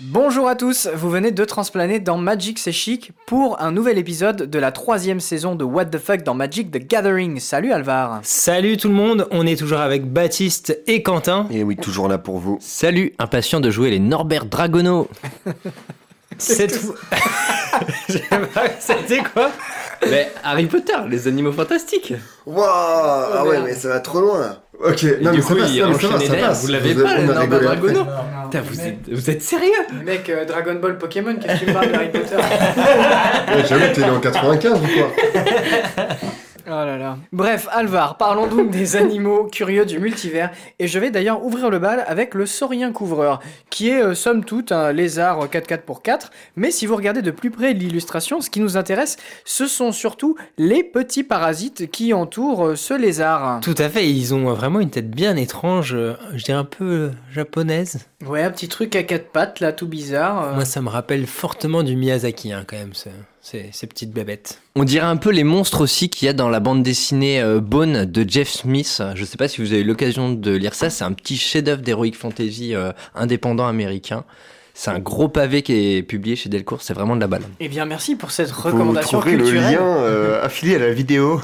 Bonjour à tous, vous venez de transplaner dans Magic c'est chic pour un nouvel épisode de la troisième saison de What the fuck dans Magic the Gathering. Salut Alvar Salut tout le monde, on est toujours avec Baptiste et Quentin. Et Eh oui, toujours là pour vous. Salut, impatient de jouer les Norbert Dragono. Cette fois. Je sais pas, C'était quoi Mais Harry Potter, les animaux fantastiques. Waouh Ah ouais, mais ça va trop loin là. Ok, Et non, du mais coup, ça va, il ça a va, ça va, enchaîné ça derrière. passe. Vous l'avez pas, avez- le on a Norbert rigolé après. Dragono Putain, Putain, vous êtes, vous êtes sérieux Mec, euh, Dragon Ball Pokémon, qu'est-ce que tu me parles d'Harry Potter Ouais, J'avoue, t'es né en 95 ou quoi Oh là là. Bref, Alvar, parlons donc des animaux curieux du multivers. Et je vais d'ailleurs ouvrir le bal avec le saurien couvreur, qui est euh, somme toute un lézard 4-4x4. Mais si vous regardez de plus près l'illustration, ce qui nous intéresse, ce sont surtout les petits parasites qui entourent euh, ce lézard. Tout à fait, ils ont vraiment une tête bien étrange, euh, je dirais un peu euh, japonaise. Ouais, un petit truc à quatre pattes là, tout bizarre. euh. Moi, ça me rappelle fortement du Miyazaki, hein, quand même, ce- ces, ces petites babettes. On dirait un peu les monstres aussi qu'il y a dans la bande dessinée euh, Bone de Jeff Smith. Je sais pas si vous avez eu l'occasion de lire ça, c'est un petit chef-d'œuvre d'Heroic Fantasy euh, indépendant américain. C'est un gros pavé qui est publié chez Delcourt, c'est vraiment de la balle. Eh bien, merci pour cette Vous recommandation trouverez le culturelle. lien euh, affilié à la vidéo.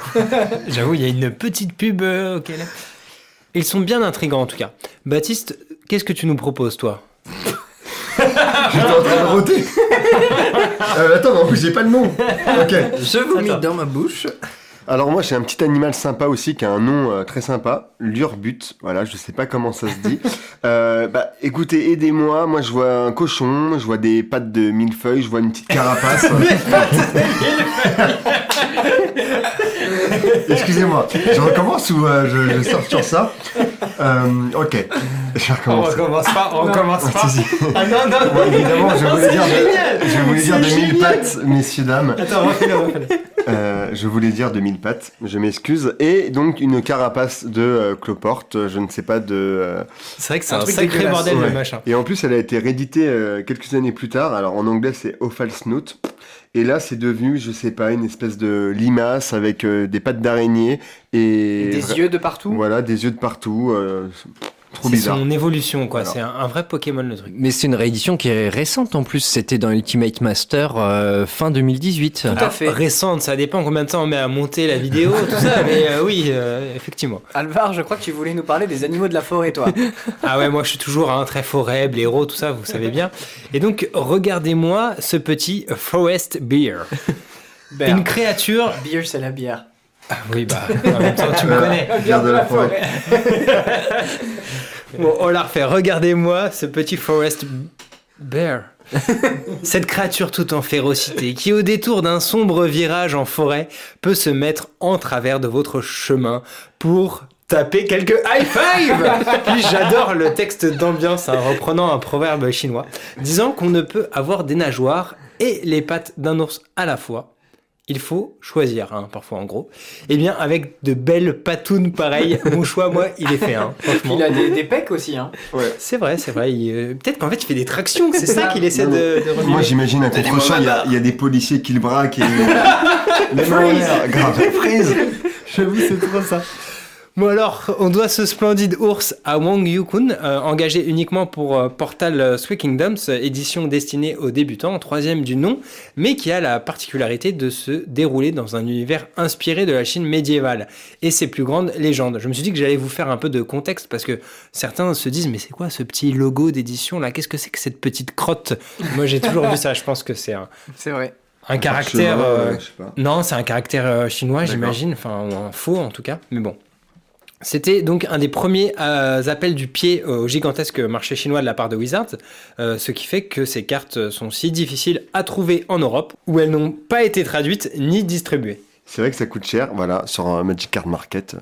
J'avoue, il y a une petite pub euh, auquel- Ils sont bien intrigants en tout cas. Baptiste, qu'est-ce que tu nous proposes toi J'étais en train de roter. Euh, attends, mais en plus, j'ai pas le nom. Ok. Je vous Attends. dans ma bouche. Alors, moi, j'ai un petit animal sympa aussi qui a un nom euh, très sympa. L'urbut. Voilà, je sais pas comment ça se dit. Euh, bah, écoutez, aidez-moi. Moi, je vois un cochon, je vois des pattes de millefeuille, je vois une petite carapace. Excusez-moi, je recommence ou euh, je, je sors sur ça Euh, Ok, je recommence. recommence pas, on recommence Si, si. Ah non, non, Ouais, évidemment, je voulais dire, de, je voulais dire de C'est mille génial. pattes, messieurs, dames. Attends, refais-le, refais-le. Euh, je voulais dire de mille pattes, je m'excuse. Et donc une carapace de euh, cloporte, je ne sais pas de... euh, C'est vrai que c'est Un un, truc sacré dégueulasse. bordel le Ouais. machin. Et en plus, elle a été rééditée euh, quelques années plus tard. Alors en anglais, c'est Ophalsnout. Et là, c'est devenu, je sais pas, une espèce de limace avec euh, des pattes d'araignée et... Des yeux de partout. Voilà, des yeux de partout. euh, trop C'est bizarre. son évolution quoi, Alors. c'est un, un vrai Pokémon le truc. Mais c'est une réédition qui est récente en plus, c'était dans Ultimate Master euh, fin 2018. Tout Ah. à fait. Récente, ça dépend combien de temps on met à monter la vidéo, tout ça, mais euh, oui, euh, effectivement. Alvar, je crois que tu voulais nous parler des animaux de la forêt, toi. Ah ouais, moi je suis toujours un très forêt, blaireau, tout ça, vous savez bien. Et donc, regardez-moi ce petit Forest Beer. Bear. Une créature. Bière, c'est la bière. Ah oui, bah, en même temps, tu me Voilà. connais. Garde la forêt. Bon, on la refait. Regardez-moi ce petit Forest Bear. Cette créature tout en férocité, qui au détour d'un sombre virage en forêt, peut se mettre en travers de votre chemin pour taper quelques high five Puis j'adore le texte d'ambiance hein, reprenant un proverbe chinois, disant qu'on ne peut avoir des nageoires et les pattes d'un ours à la fois. Il faut choisir, hein, parfois en gros. Eh bien, avec de belles patounes pareilles, mon choix, moi, il est fait, hein, franchement. Il a des, des pecs aussi, hein. C'est vrai, c'est vrai. il, euh, Peut-être qu'en fait, il fait des tractions. C'est ça qu'il essaie Ah, Non, de, de Moi relier. j'imagine un contre-champ, il y a- il y, a des policiers qui le braquent et. Les mains en l'air, grave. Freeze J'avoue, c'est trop ça. Bon alors, on doit ce splendide ours à Wang Yukun, euh, engagé uniquement pour euh, Portal euh, Three Kingdoms, euh, édition destinée aux débutants, troisième du nom, mais qui a la particularité de se dérouler dans un univers inspiré de la Chine médiévale et ses plus grandes légendes. Je me suis dit que j'allais vous faire un peu de contexte parce que certains se disent mais c'est quoi ce petit logo d'édition là Qu'est-ce que c'est que cette petite crotte Moi j'ai toujours vu ça, je pense que c'est un, C'est vrai. un caractère... Cheval, euh, je sais pas. non, c'est un caractère euh, chinois, D'accord. j'imagine, enfin, ou un faux en tout cas, mais bon. C'était donc un des premiers euh, appels du pied au gigantesque marché chinois de la part de Wizards, euh, ce qui fait que ces cartes sont si difficiles à trouver en Europe, où elles n'ont pas été traduites ni distribuées. C'est vrai que ça coûte cher, voilà, sur un Magic Card Market. euh,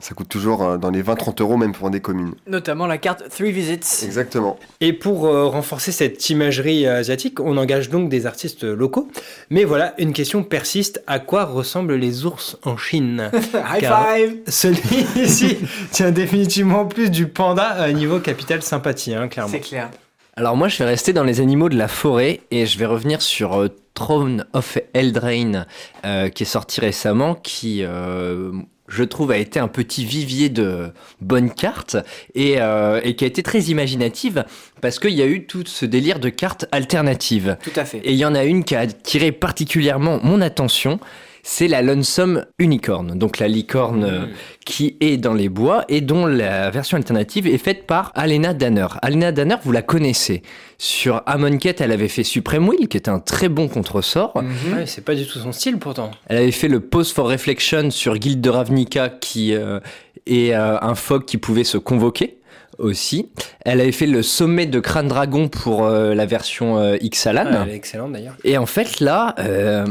Ça coûte toujours euh, dans les 20-30 euros, même pour des communes. Notamment la carte Three Visits. Exactement. Et pour euh, renforcer cette imagerie euh, asiatique, on engage donc des artistes locaux. Mais voilà, une question persiste, à quoi ressemblent les ours en Chine High Car- five Celui-ci tient définitivement plus du panda à niveau capital sympathie, hein, clairement. C'est clair. Alors moi je vais rester dans les animaux de la forêt et je vais revenir sur euh, Throne of Eldraine euh, qui est sorti récemment qui euh, je trouve, a été un petit vivier de bonnes cartes et, euh, et qui a été très imaginative parce qu'il y a eu tout ce délire de cartes alternatives. Tout à fait. Et il y en a une qui a attiré particulièrement mon attention. C'est la Lonesome Unicorn, donc la Mmh. licorne euh, qui est dans les bois et dont la version alternative est faite par Alena Danner. Alena Danner, vous la connaissez. Sur Amonkhet, elle avait fait Supreme Will, qui est un très bon contresort. Mhm. Ouais, c'est pas du tout son style pourtant. Elle avait fait le Pause for Reflection sur Guild de Ravnica, qui euh, est euh, un phoque qui pouvait se convoquer aussi. Elle avait fait le Sommet de Crâne Dragon pour euh, la version euh, Ouais, Ixalan. elle est excellente d'ailleurs. Et en fait, là, euh,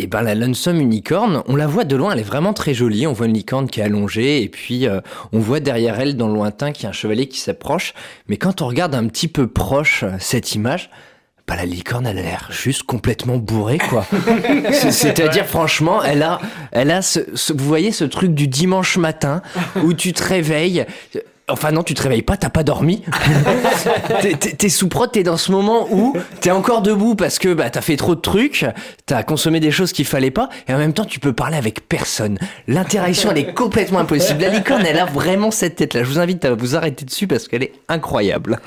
eh ben, la Lonesome Unicorn, on la voit de loin, elle est vraiment très jolie. On voit une licorne qui est allongée, et puis euh, on voit derrière elle, dans le lointain, qu'il y a un chevalier qui s'approche. Mais quand on regarde un petit peu proche euh, cette image, bah, la licorne, elle a l'air juste complètement bourrée, quoi. C'est- C'est-à-dire, franchement, elle a, elle a ce, ce- vous voyez ce truc du dimanche matin où tu te réveilles. euh, Enfin non, tu te réveilles pas, t'as pas dormi. T'es- t'es t'es sous prod, t'es dans ce moment où t'es encore debout parce que bah, t'as fait trop de trucs, t'as consommé des choses qu'il fallait pas, et en même temps tu peux parler avec personne. L'interaction elle est complètement impossible. La licorne elle a vraiment cette tête là. Je vous invite à vous arrêter dessus parce qu'elle est incroyable.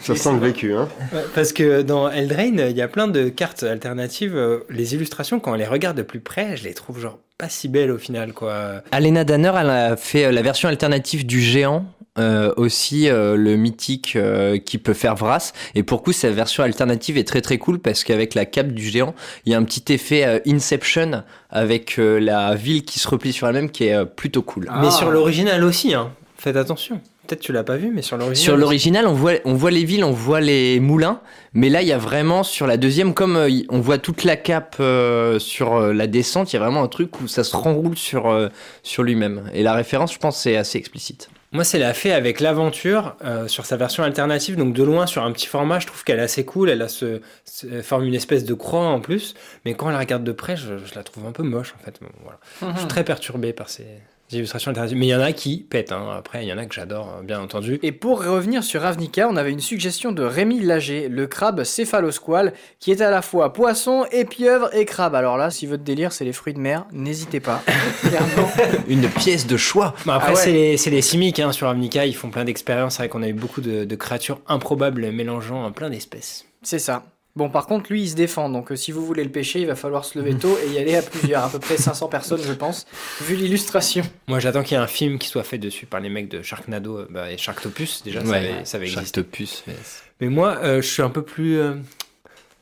Ça sent le vécu, hein. Ouais, parce que dans Eldraine, il y a plein de cartes alternatives. euh, Les illustrations, quand on les regarde de plus près, je les trouve genre pas si belles au final, quoi. Alena Danner elle a fait euh, la version alternative du géant. euh, aussi euh, le mythique euh, qui peut faire Vras et pour coup sa version alternative est très très cool parce qu'avec la cape du géant il y a un petit effet euh, Inception avec euh, la ville qui se replie sur elle-même qui est euh, plutôt cool Ah. Mais sur l'original aussi, hein. Faites attention. Peut-être tu l'as pas vu, mais sur l'original. Sur l'original, on voit, on voit les villes, on voit les moulins, mais là, il y a vraiment sur la deuxième, comme euh, y- on voit toute la cape euh, sur euh, la descente, il y a vraiment un truc où ça se renroule sur, euh, sur lui-même. Et la référence, je pense, c'est assez explicite. Moi, c'est la fée avec l'aventure euh, sur sa version alternative, donc de loin sur un petit format. Je trouve qu'elle est assez cool. Elle a ce, ce- elle forme une espèce de croix en plus, mais quand on la regarde de près, je, je la trouve un peu moche en fait. Bon, voilà. Je Hmm. suis très perturbé par ces illustrations alternatives. Mais il y en a qui pètent. hein. Après, il y en a que j'adore, euh, bien entendu. Et pour revenir sur Ravnica, on avait une suggestion de Rémi Lager, le crabe céphalosquale, qui est à la fois poisson et pieuvre et crabe. Alors là, si votre délire c'est les fruits de mer, n'hésitez pas. Clairement. Une pièce de choix. Bon, après, Ah ouais. c'est les, c'est les simiques hein, sur Amnica. Ils font plein d'expériences. C'est vrai qu'on a eu beaucoup de, de créatures improbables mélangeant euh, plein d'espèces. C'est ça. Bon, par contre, lui, il se défend, donc euh, si vous voulez le pêcher, il va falloir se lever tôt et y aller à plusieurs, à peu près 500 personnes, je pense, vu l'illustration. Moi, j'attends qu'il y ait un film qui soit fait dessus par les mecs de Sharknado euh, bah, et Sharktopus. Déjà, ça, avait, ça avait existé. Chastopus, mais c'est- Mais moi, euh, je suis un peu plus euh,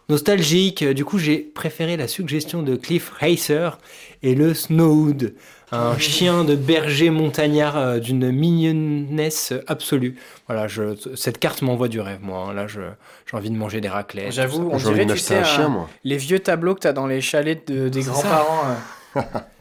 nostalgique. Du coup, j'ai préféré la suggestion de Cliff Racer et le Snowhood, un chien de berger montagnard euh, d'une mignonnesse absolue. Voilà, je, cette carte m'envoie du rêve, moi. hein. Là, je- j'ai envie de manger des raclettes. J'avoue, on J'ai envie dirait, tu d'acheter sais, un un- chien, moi. les vieux tableaux que t'as dans les chalets de- des C'est ça. grands-parents. euh.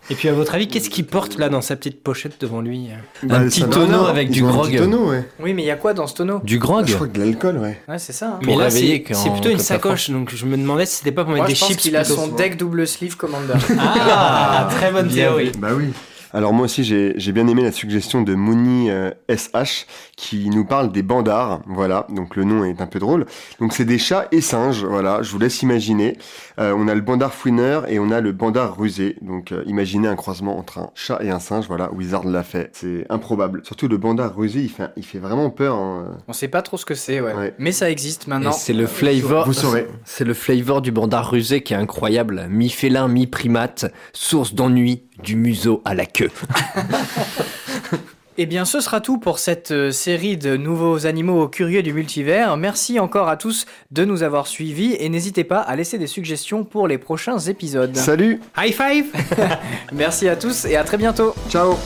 Et puis, à votre avis, qu'est-ce qu'il porte là dans sa petite pochette devant lui euh Un petit Bah, ça- tonneau non, non, avec ils du ont Un grog. petit tonneau, ouais. Oui, mais il y a quoi dans ce tonneau du grog. Je crois que de l'alcool, ouais. Ouais, c'est ça. hein. Pour là, réveiller c'est quand- c'est plutôt une quand t'as sacoche, donc je me demandais si c'était pas pour mettre Moi, des je pense chips. qu'il a plutôt. son deck double sleeve commander. Ah, très bonne Bien théorie. Bah oui. Alors moi aussi j'ai j'ai bien aimé la suggestion de Mouni euh, SH qui nous parle des bandards, voilà, donc le nom est un peu drôle. Donc c'est des chats et singes, voilà, je vous laisse imaginer. Euh, on a le bandard fouineur et on a le bandard rusé, donc euh, imaginez un croisement entre un chat et un singe, voilà, Wizard l'a fait, c'est improbable. Surtout le bandard rusé, il fait, il fait vraiment peur. hein. On sait pas trop ce que c'est, ouais. Ouais. Mais ça existe Et maintenant. c'est le flavor. Vous saurez. Ah, C'est le flavor du bandard rusé qui est incroyable. Mi-félin, mi-primate, source d'ennui, du museau à la queue. Eh bien, ce sera tout pour cette euh, série de nouveaux animaux curieux du multivers. Merci encore à tous de nous avoir suivis et n'hésitez pas à laisser des suggestions pour les prochains épisodes. Salut, High five Merci à tous et à très bientôt. ciao